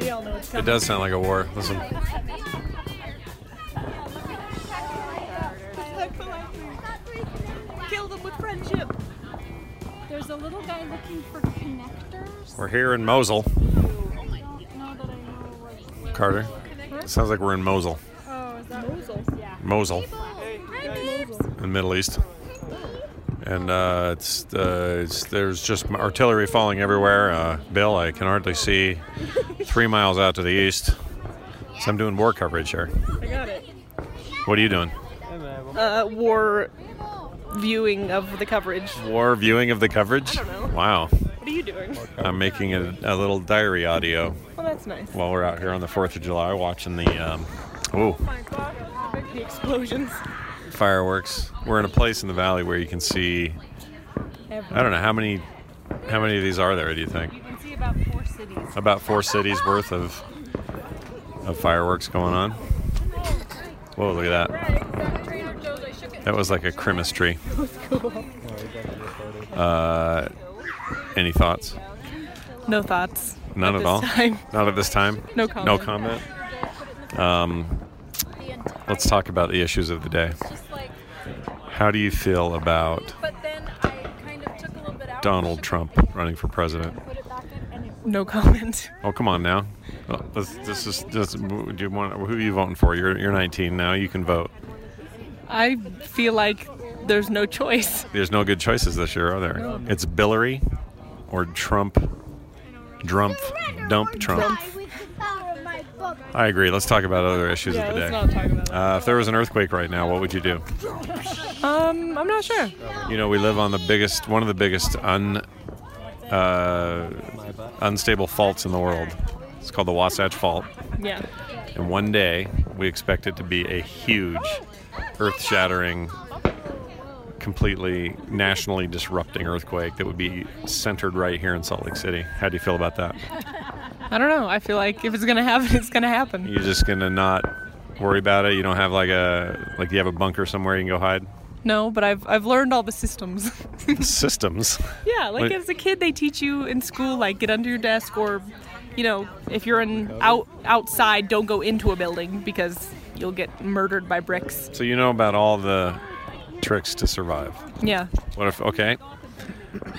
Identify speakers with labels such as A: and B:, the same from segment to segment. A: We all know it's
B: It
A: coming.
B: does sound like a war. Listen.
A: Kill them with friendship.
C: There's a little guy looking for connectors.
B: We're here in Mosul.
C: I don't know that I know where where-
B: Carter. It sounds like we're in Mosul.
C: Oh, is that Mosul? Yeah.
B: Mosul
C: Hi, babes.
B: in the Middle East. And uh, it's, uh, it's there's just artillery falling everywhere. Uh, Bill, I can hardly see three miles out to the east. So I'm doing war coverage here.
A: I got it.
B: What are you doing?
A: Uh, war viewing of the coverage.
B: War viewing of the coverage?
A: don't know.
B: Wow.
A: What are you doing?
B: I'm making a, a little diary audio
A: Well, that's nice.
B: while we're out here on the 4th of July watching the um, ooh,
C: Oh
A: The explosions.
B: fireworks. We're in a place in the valley where you can see I don't know how many how many of these are there, do you think?
C: You can see about four cities.
B: about four cities worth of of fireworks going on. Whoa, look at that. That was like a Christmas tree. Uh, any thoughts?
A: No thoughts.
B: None
A: at
B: at
A: this
B: all.
A: time.
B: Not at this time.
A: No comment.
B: No comment. Um, let's talk about the issues of the day. How do you feel about Donald Trump running for president?
A: No comment.
B: Oh, come on now. Well, This, this is this, do you want, who are you voting for? You're, you're 19 now. You can vote.
A: I feel like there's no choice.
B: There's no good choices this year, are there? It's Billary or Trump. Drump. Dump Trump. I agree. Let's talk about other issues
A: Yeah,
B: of the
A: let's
B: day.
A: not talk about that.
B: Uh, if there was an earthquake right now, what would you do?
A: Um, I'm not sure.
B: You know, we live on the biggest, one of the biggest un, uh, unstable faults in the world. It's called the Wasatch Fault.
A: Yeah.
B: And one day, we expect it to be a huge, earth shattering, completely nationally disrupting earthquake that would be centered right here in Salt Lake City. How do you feel about that?
A: I don't know. I feel like if it's gonna happen, it's gonna happen.
B: You're just going to not worry about it? You don't have like a, like, you have a bunker somewhere you can go hide?
A: No, but I've I've learned all the systems.
B: Systems.
A: Yeah, like
B: Wait.
A: as a kid, they teach you in school, like get under your desk, or you know, if you're in out outside, don't go into a building because you'll get murdered by bricks.
B: So you know about all the tricks to survive.
A: Yeah,
B: What if? Okay,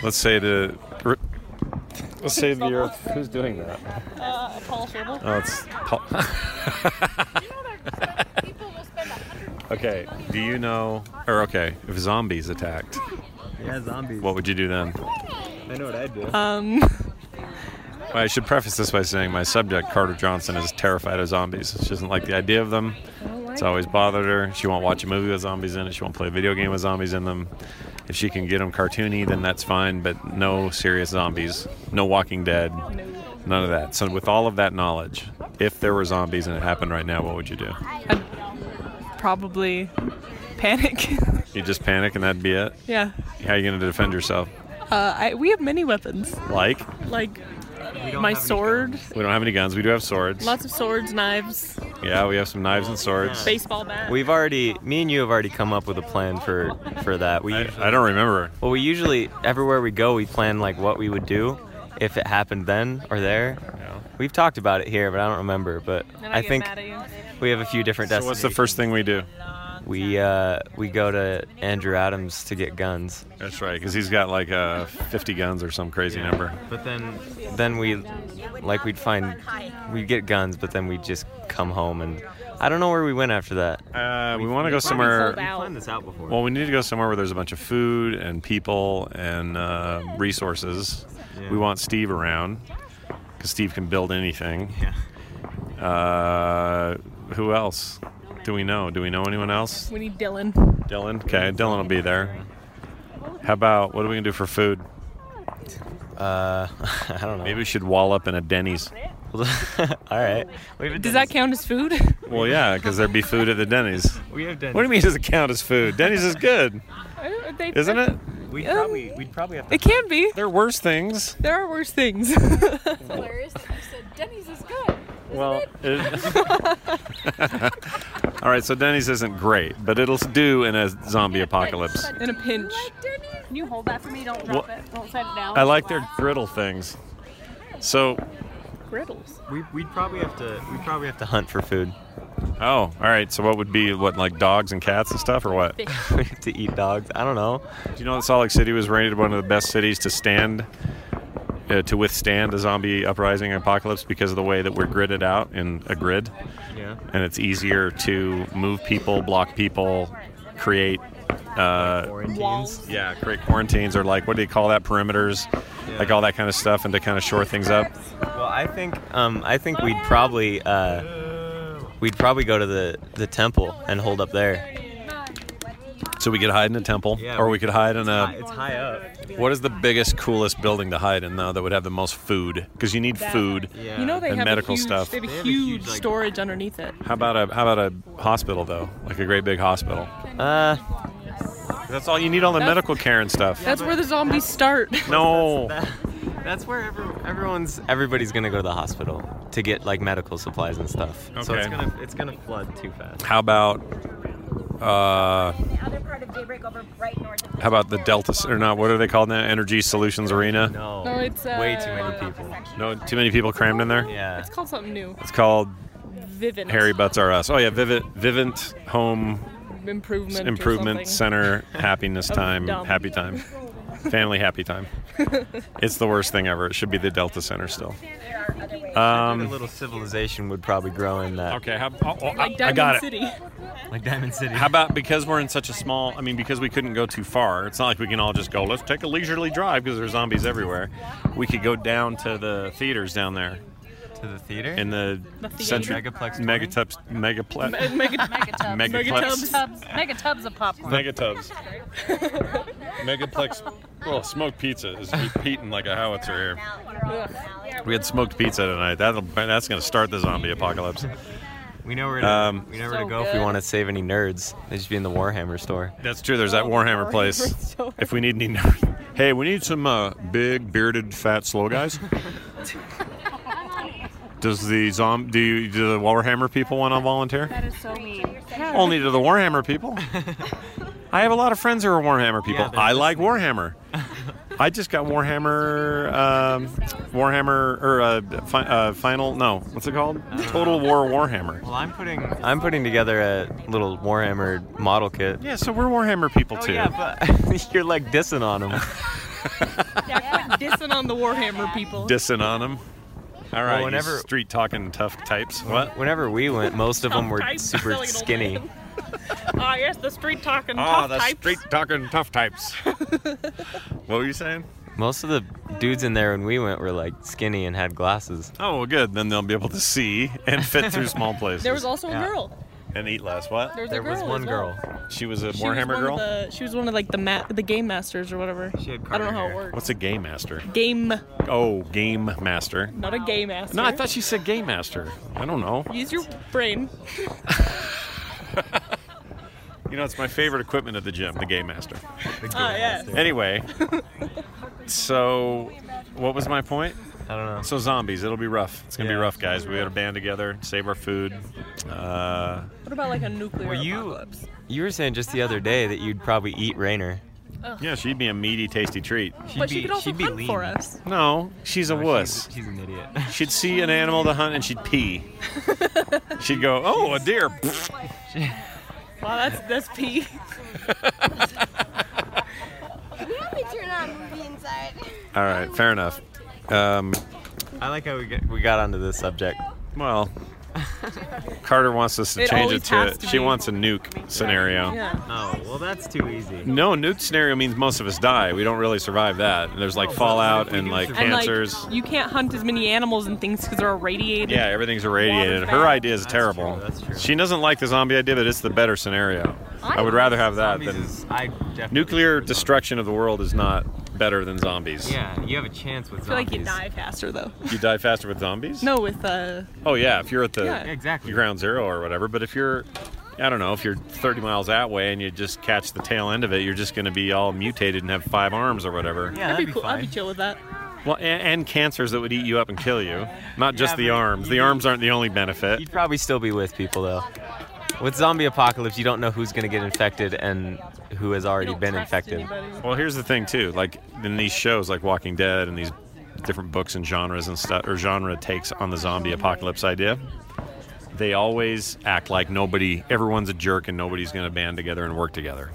B: let's say the let's say the earth. Who's doing that?
A: a tall shovel.
B: Oh, it's Paul- okay. Do you know? Or okay, if zombies attacked,
D: Yeah, zombies.
B: what would you do then?
D: I know what I'd do.
A: Um,
B: Well, I should preface this by saying my subject, Carter Johnson, is terrified of zombies. She doesn't like the idea of them. It's always bothered her. She won't watch a movie with zombies in it. She won't play a video game with zombies in them. If she can get them cartoony, then that's fine, but no serious zombies, no Walking Dead, none of that. So, with all of that knowledge, if there were zombies and it happened right now, what would you do?
A: probably panic.
B: You just panic and that'd be it?
A: yeah,
B: How are you going to defend yourself?
A: uh, I, we have many weapons,
B: Like,
A: like my sword,
B: we don't have any guns, we do have swords.
A: lots of swords, knives,
B: Yeah, we have some knives and swords.
A: Baseball bat.
E: We've already, me and you have already come up with a plan for for that. We
B: I, I don't remember.
E: well, we usually everywhere we go, we plan like what we would do if it happened then or there.
B: Yeah.
E: We've talked about it here, but I don't remember. But
A: Then
E: I
A: get
E: think
A: mad at you.
E: we have a few different
B: So what's
E: destinations.
B: the first thing we do?
E: we uh, we go to Andrew Adams to get guns.
B: That's right, because he's got like uh, 50 guns or some crazy number.
E: But then then we like we'd find we'd get guns, but then we'd just come home and I don't know where we went after that.
B: Uh, we want to go
A: sold
B: somewhere.
A: out.
E: planned this out before.
B: Well, we need to go somewhere where there's a bunch of food and people and uh, resources. We want Steve around because Steve can build anything. Uh, who else do we know? Do we know anyone else?
A: We need Dylan.
B: Dylan. Okay, Dylan will be there. How about what are we gonna do for food?
E: uh, I don't know.
B: Maybe we should wall up in a Denny's.
E: All right. We have
A: Does that count as food?
B: Well, yeah, because there'd be food at the Denny's.
E: We have done.
B: What do you mean does it count as food? Denny's is good,
A: I don't- they-
B: isn't it?
E: We'd
A: Um,
E: probably, we'd probably have to.
A: It can be.
B: There are worse things.
A: There are worse things.
C: It's hilarious that you said Denny's is good.
B: Well, it- all right. So Denny's isn't great, but it'll do in a zombie apocalypse.
A: In a pinch.
C: Denny's. Can you hold that for me? Don't
B: drop Well,
C: it. Don't set it down.
B: I like their griddle things. So,
A: Griddles.
E: We, we'd probably have to. We'd probably have to hunt for food.
B: oh, all right. So what would be what like dogs and cats and stuff, or what? Do
E: we have to eat dogs. I don't know.
B: you know that Salt Lake City was rated one of the best cities to stand? Uh, to withstand a zombie uprising apocalypse because of the way that we're gridded out in a grid.
E: Yeah.
B: and it's easier to move people, block people, create. Uh,
A: Walls.
B: yeah, create quarantines or like what do you call that? Perimeters, like all that kind of stuff, and to kind of shore things up.
E: Well, I think. Um, I think we'd probably. Uh, we'd probably go to the the temple and hold up there.
B: So we could hide in a temple,
E: Yeah,
B: or
E: we-
B: we could hide
A: Uh,
B: in a.
E: Um, It's high up.
B: What is the biggest, coolest building to hide in though that would have the most food? Because you need food.
E: Yeah.
A: You know they
B: And
A: have
B: medical
A: a huge,
B: stuff.
A: They have a
E: have a
A: huge,
E: huge, like-
A: storage underneath it.
B: How about a how about a hospital though, like a great big hospital?
E: Uh,
B: That's all you need all the
A: That's-
B: medical care and stuff.
A: That's where the zombies start. Oh.
B: no.
E: that's where every, everyone's. Everybody's gonna go to the hospital to get like medical supplies and stuff. So
B: Okay.
E: it's gonna. It's gonna flood too fast.
B: How about uh, how about the Delta s- or not? What are they called now? Energy Solutions Arena.
E: No.
A: No, it's,
E: way
A: uh,
E: too many people.
B: No, too many people crammed in there.
E: Yeah.
A: It's called something new.
B: It's called
A: Vivint.
B: Harry Butts R Us. Oh yeah, Vivint Vivint Home
A: Improvement. or
B: Improvement
A: something.
B: Center Happiness Time
A: dumb.
B: Happy Time, Family Happy Time. it's the worst thing ever. It should be the Delta Center still.
E: a
B: Um,
E: little civilization would probably grow in that.
B: okay, how, oh, oh,
A: Like
B: I, I
A: Diamond
B: got it.
A: City.
E: Like Diamond City.
B: How about because we're in such a small? I mean, because we couldn't go too far. It's not like we can all just go. Let's take a leisurely drive because there's zombies everywhere. We could go down to the theaters down there
E: to the theater?
B: in the,
A: The theater.
B: century
E: Megaplex
B: megatubs megaplex
A: Mega-
C: Megatubs.
B: megaplex
C: Tubs. Mega tubs of popcorn.
B: megatubs megaplex. Well, smoked pizza is repeating like a howitzer here. We had smoked pizza tonight. That'll that's gonna start the zombie apocalypse.
E: we know where to,
B: Um,
E: we know where to
A: So
E: go if we
A: good.
E: want to save any nerds. They should be in the Warhammer store.
B: That's true. There's that
C: Oh,
B: Warhammer place.
A: store.
B: If we need any, hey, we need some uh, big bearded fat slow guys. Does the zom do, you, do the Warhammer people want to volunteer?
C: That is so mean.
B: Only to the Warhammer people. I have a lot of friends who are Warhammer people.
E: Yeah, they're
B: I like Warhammer. I just got Warhammer, um, Warhammer or uh, fi- uh, final no, what's it called?
E: Uh,
B: Total War Warhammer.
E: Well, I'm putting I'm putting together a little Warhammer model kit.
B: Yeah, so we're Warhammer
E: oh,
B: people too.
E: but you're like dissing on them.
A: Dissing on the Warhammer people.
B: dissing on them. All right,
E: whenever-
B: street talking tough types. What?
E: Whenever we went, most of them were
A: Type
E: super
A: selling an old
E: skinny.
A: man. Ah, yes, the street talking
B: Ah,
A: tough
B: the
A: types.
B: street talking tough types. what were you saying?
E: Most of the dudes in there when we went were like skinny and had glasses.
B: Oh, well, good. Then they'll be able to see and fit through small places.
A: There was also
E: Yeah.
A: a girl.
B: and eat less. What?
A: There was,
E: There
A: a girl
E: was one
A: as well.
E: girl.
B: She was a
A: She was
B: Warhammer
A: one of
B: girl.
A: the- she was one of like the ma- the game masters or whatever.
E: She had
A: I don't know how
E: Carter hair.
A: it works.
B: What's a game master?
A: game,
B: Oh, game master.
A: not a game master.
B: No, I thought she said game master. I don't know.
A: Use your brain.
B: You know, it's my favorite equipment at the gym, the game master.
A: Ah, yes.
B: Anyway, so what was my point?
E: I don't know.
B: So zombies, it'll be rough. It's gonna be
E: Yeah.
B: rough, guys. We gotta band together, save our food. Uh,
A: What about like a nuclear
E: Were you-
A: apocalypse?
E: You were saying just the other day that you'd probably eat Rainer.
B: yeah, she'd be a meaty, tasty treat.
E: She'd
A: But
E: be,
A: she could also
E: she'd be
A: hunt
E: lean.
A: for us.
B: No, she's a
E: No,
B: wuss.
E: She's, she's an idiot.
B: She'd see an animal to hunt and she'd pee. she'd go, "Oh, a deer!"
A: Wow, that's that's pee.
F: Can you help me turn on a movie inside?
B: All right, fair enough. Um,
E: I like how we get, we got onto this subject.
B: well, Carter wants us to
A: It
B: change
A: always
B: it to.
A: has to
B: she
A: be.
B: wants a nuke scenario.
A: Yeah.
E: Oh well, that's too easy.
B: No, nuke scenario means most of us die. We don't really survive that. And there's
A: Oh,
B: like fallout and like
A: And like
B: cancers.
A: you can't hunt as many animals and things because they're irradiated.
B: yeah, everything's irradiated.
A: Water's
B: Her
A: bad.
B: idea is
E: That's
B: terrible.
E: true, that's true.
B: She doesn't like the zombie idea, but it's the better scenario. I, would rather have that
E: Zombies
B: than
E: is- I definitely
B: nuclear
E: prefer zombies.
B: destruction of the world is not better than zombies.
E: Yeah, you have a chance with
A: I feel like you die
E: zombies.
A: faster though.
B: You die faster with zombies?
A: No, with uh,
B: Oh yeah, if you're at the
A: Yeah.
E: Yeah, exactly.
B: ground zero or whatever. But if you're, I don't know, if you're 30 miles that way and you just catch the tail end of it, you're just going to be all mutated and have five arms or whatever.
E: Yeah,
A: I'd
E: that'd
A: be
E: be
A: cool. I'd be
E: fine.
A: chill with that.
B: Well, and, and cancers that would eat you up and kill you. Not just
E: Yeah,
B: the
E: but
B: arms.
E: you-
B: The arms aren't the only benefit.
E: You'd probably still be with people though. With zombie apocalypse, you don't know who's gonna get infected and who has already
A: don't
E: been
A: trust
E: infected.
A: anybody.
B: Well, here's the thing too. Like in these shows, like Walking Dead and these different books and genres and stuff, or genre takes on the zombie apocalypse idea. They always act like nobody, everyone's a jerk, and nobody's going to band together and work together.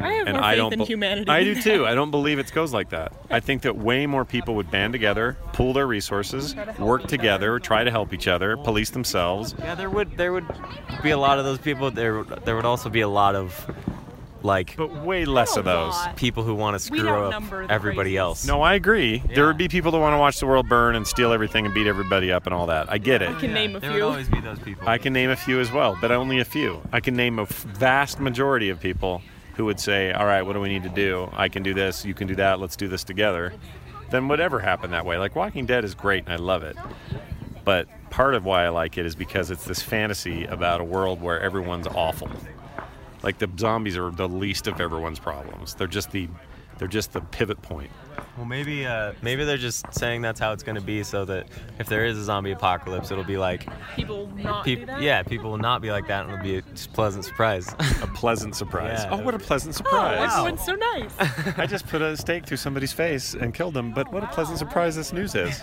A: I have
B: and
A: more
B: I
A: faith
B: don't
A: in
B: bel-
A: humanity.
B: I do too. I don't believe it goes like that. I think that way more people would band together, pool their resources, work together, try to help each other, police themselves.
E: Yeah, there would there would be a lot of those people. There there would also be a lot of like
B: But way less of those.
E: people who want to
A: We
E: screw up
A: outnumber the
E: everybody
A: crazies.
E: else.
B: No, I agree. There would be people that want to watch the world burn and steal everything and beat everybody up and all that. I get it.
A: can name a
E: there
A: few.
E: would always be those people.
B: I can name a few as well, but only a few. I can name a f- vast majority of people who would say, "All right, what do we need to do? I can do this, you can do that, let's do this together." Then whatever happened that way. Like Walking Dead is great and I love it. But part of why I like it is because it's this fantasy about a world where everyone's awful. Like the zombies are the least of everyone's problems. They're just the they're just the pivot point.
E: Well, maybe uh, maybe they're just saying that's how it's gonna be, so that if there is a zombie apocalypse, it'll be like,
A: People not do
E: peop
A: that.
E: yeah, people will not be like that, and it'll be a just pleasant surprise.
B: A pleasant surprise.
E: Yeah.
B: oh, what a pleasant
A: Oh,
B: surprise.
A: everyone's so nice.
B: I just put a stake through somebody's face and killed them, but what a pleasant surprise this news is.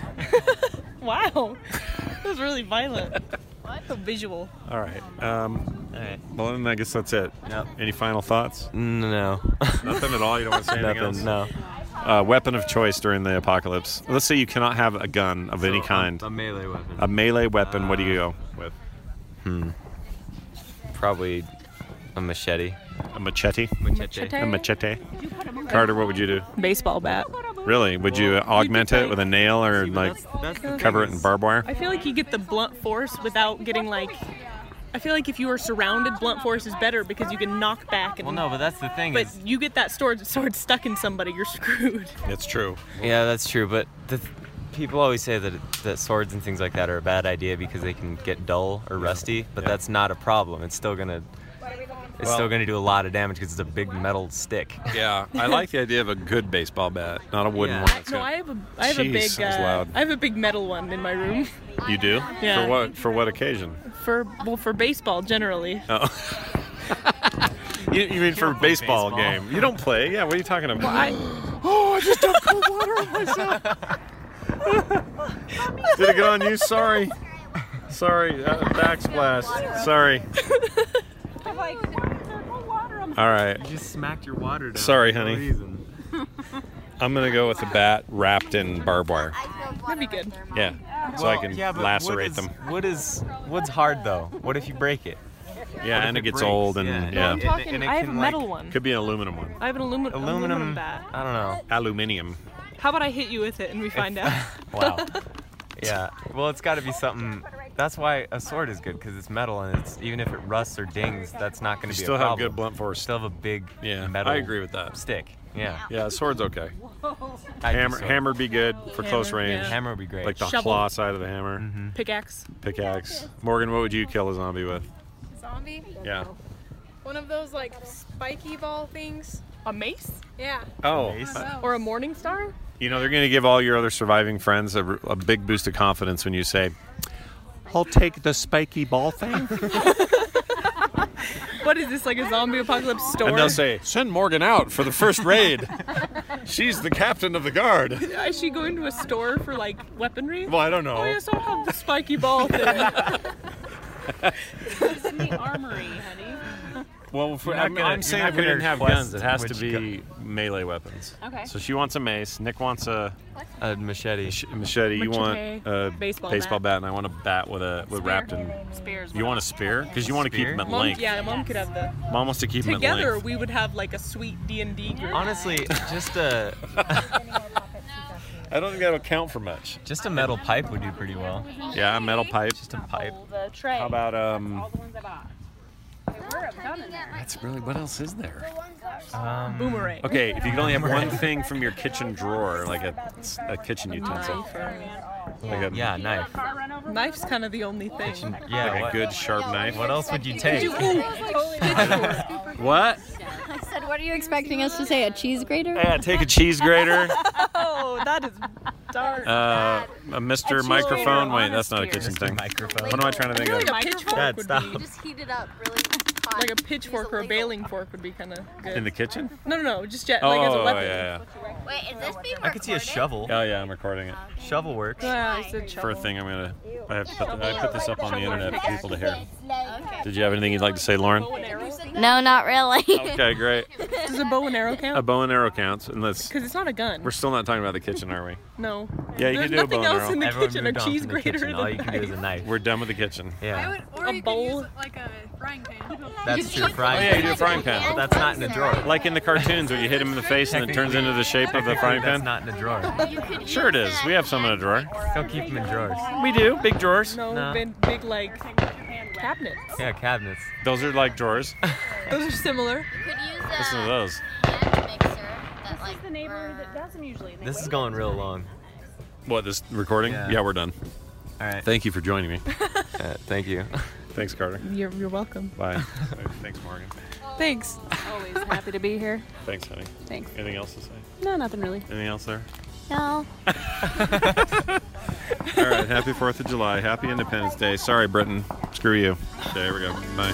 A: wow, that was really violent. What? So visual.
B: All right. Um, well, then I guess that's it.
E: Yep.
B: Any final thoughts?
E: no,
B: Nothing at all. You don't want to say anything
E: nothing. No.
B: Uh, weapon of choice during the apocalypse. Let's say you cannot have a gun of any kind.
E: A melee weapon.
B: A melee weapon. What do you go with? Hmm.
E: Probably a machete.
B: A machete.
E: Machete.
B: A machete. Carter, what would you do?
A: Baseball bat.
B: Really? Would you augment it with a nail or
E: See, but
B: like
E: that's- that's the
B: cover it
E: thing
B: in
E: is-
B: barbed wire?
A: I feel like you get the blunt force without getting like. I feel like if you are surrounded, blunt force is better because you can knock back and.
E: Well, no, but that's the thing
A: But
E: is.
A: you get that sword, sword stuck in somebody, you're screwed.
B: It's true.
E: Yeah, that's true. But the th- people always say that that swords and things like that are a bad idea because they can get dull or rusty. But
B: Yeah.
E: that's not a problem. It's still gonna. It's
B: Well-
E: still going to do a lot of damage because it's a big metal stick.
B: Yeah, I like the idea of a good baseball bat, not a wooden
E: Yeah.
B: one. that's
A: No,
B: got-
A: I have a, I have
B: Jeez,
A: a big,
B: that was
A: uh,
B: loud.
A: I have a big metal one in my room
B: You do?
A: Yeah.
B: For what? For what occasion?
A: for well for baseball generally.
B: Oh. You, you mean for baseball,
E: baseball.
B: game? You don't play? Yeah. What are you talking about?
A: I,
B: Did it get on you? Sorry. Sorry. Uh, backsplash. Sorry.
F: I'm like,
B: All right.
E: You just smacked your water down.
B: Sorry, for no honey. I'm gonna go with a bat wrapped in barbed wire.
A: that'd be good.
B: Yeah. So I can lacerate them.
E: What is what's hard though? What if you break it?
B: Yeah, and it gets old and yeah.
A: I'm talking.
E: and it
A: I have a
E: can,
A: metal
E: like,
A: one.
B: Could be an aluminum one.
A: I have an aluminum
E: Aluminum.
A: aluminum bat.
E: I don't know.
B: Aluminium.
A: How about I hit you with it and we find out?
E: Wow. yeah. Well, it's got to be something. That's why a sword is good because it's metal and it's even if it rusts or dings, that's not going
B: You
E: to be
B: still
E: a
B: have
E: problem.
B: good blunt force.
E: Still have a big
B: Yeah,
E: metal.
B: I agree with that.
E: Stick. Yeah.
B: Yeah, sword's okay.
E: I'd do
B: Hammer,
E: sword.
B: hammer would be good for close
A: Hammer,
B: range.
A: yeah.
E: Hammer would be great.
B: Like the
A: Shovel.
B: claw side of the hammer,
A: Pickaxe.
B: pickaxe. Morgan, what would you kill a zombie with?
F: Zombie?
B: Yeah.
F: One of those like spiky ball things.
A: A mace?
F: Yeah.
B: Oh,
A: Or a morning star?
B: you know they're going to give all your other surviving friends a, a big boost of confidence when you say, "I'll take the spiky ball thing,"
A: What is this, like a zombie apocalypse store?
B: and they'll say, "Send Morgan out for the first raid. She's the captain of the guard."
A: Is she going to a store for like weaponry?
B: Well, I don't know.
A: Oh yes, I'll have the spiky ball thing.
F: It's in the armory, honey.
B: Well, if we're
E: You're not
B: I'm,
E: gonna-
B: I'm
E: you're
B: saying
E: not
B: if we
E: gonna
B: didn't have
E: request
B: guns, it has to
E: which
B: be melee weapons.
F: Okay.
B: So she wants a mace. Nick wants a
E: A machete.
B: sh- machete. You want
A: Machete,
B: a
A: baseball
B: bat, and I want a bat with a with wrapped in.
F: Spears.
B: You want a spear? Because you want to keep
E: Spear?
B: him at
A: Mom,
B: length.
A: yeah, mom could have the.
B: Mom wants to keep him at
A: Together,
B: length.
A: we would have like a sweet D and D group.
E: Honestly, just a
B: I don't think that'll count for much.
E: just a metal pipe would do pretty well.
B: Yeah, a metal pipe.
E: Just a pipe.
F: the tray.
B: How about um?
F: the ones I bought? They were a ton in there.
B: That's really. What else is there?
E: Um,
A: Boomerang.
B: Okay, if you could only have one thing from your kitchen drawer, like a, a kitchen utensil, like a,
E: yeah, knife.
A: Knife's kind of the only thing.
E: Yeah,
B: like a
E: what,
B: good sharp knife.
E: What else would you take?
B: What?
G: I said, what are you expecting us to say? A cheese grater?
B: Yeah, take a cheese grater.
A: Oh, that is dark.
B: Uh, a Mr. Microphone. Wait, that's not a
A: honest
B: kitchen
E: Mr.
B: thing.
E: Microphone.
B: What am I trying to think
A: like
B: of?
A: a pitchfork would
E: stop.
A: be.
G: You just heat it up really hot.
A: Like a pitchfork or a baling fork would be kind of good.
B: In the kitchen?
A: no, no, no, just jet,
B: Oh,
A: like as a
B: yeah,
A: weapon.
B: yeah.
G: Wait, is this being
E: I could see a shovel.
B: Oh, yeah, I'm recording it.
E: Shovel works.
A: Yeah, I said
B: For a
A: shovel.
B: thing, I'm gonna. I, have to put, I put this up on the internet for people to hear.
G: Okay.
B: Did you have anything you'd like to say, Lauren?
A: Bow and arrow?
G: No, not really.
B: Okay, great.
A: Does a bow and arrow
B: A
A: count?
B: bow and arrow counts, unless
A: Because it's not a gun.
B: we're still not talking about the kitchen, are we?
A: no.
B: Yeah, you
A: There's
B: can do a bow and
A: nothing else in
B: arrow.
A: the
E: Everyone
A: kitchen. A
E: moved on
A: cheese
E: from the
A: grater.
E: kitchen.
A: and
E: All
A: a
E: you can do is a
A: knife.
E: knife.
B: We're done with the kitchen.
E: Yeah,
F: Or
A: A
F: you could
A: bowl.
F: use like a frying pan.
E: that's true. Frying.
B: Oh, yeah, you do a
E: pan.
B: frying pan.
E: But that's not in a drawer.
B: Like in the cartoons, where you hit him in the face and it turns into the shape of the frying
E: That's
B: pan.
E: not in a drawer.
B: Sure, it is. We have some in a drawer.
E: Don't keep them in drawers.
B: We do big drawers.
A: No,
E: Nah.
A: big, big like cabinets.
E: Yeah, cabinets.
B: Those are like drawers.
A: Those are similar.
G: You could use
B: Listen to
G: a
B: those.
G: hand mixer that like
F: The neighbor that
G: burr-
F: does them usually.
E: This is going real long.
B: What this recording?
E: Yeah.
B: Yeah, we're done.
E: All right.
B: Thank you for joining me.
E: Uh, thank you.
B: Thanks, Carter.
A: You're, you're welcome.
B: Bye. Thanks, Morgan.
A: Thanks.
F: Always happy to be here.
B: Thanks, honey.
F: Thanks.
B: Anything else to say?
F: No, nothing really.
B: Anything else there?
G: No.
B: All right. Happy Fourth of July. Happy Independence Day. Sorry, Britain. Screw you. There we go. Bye.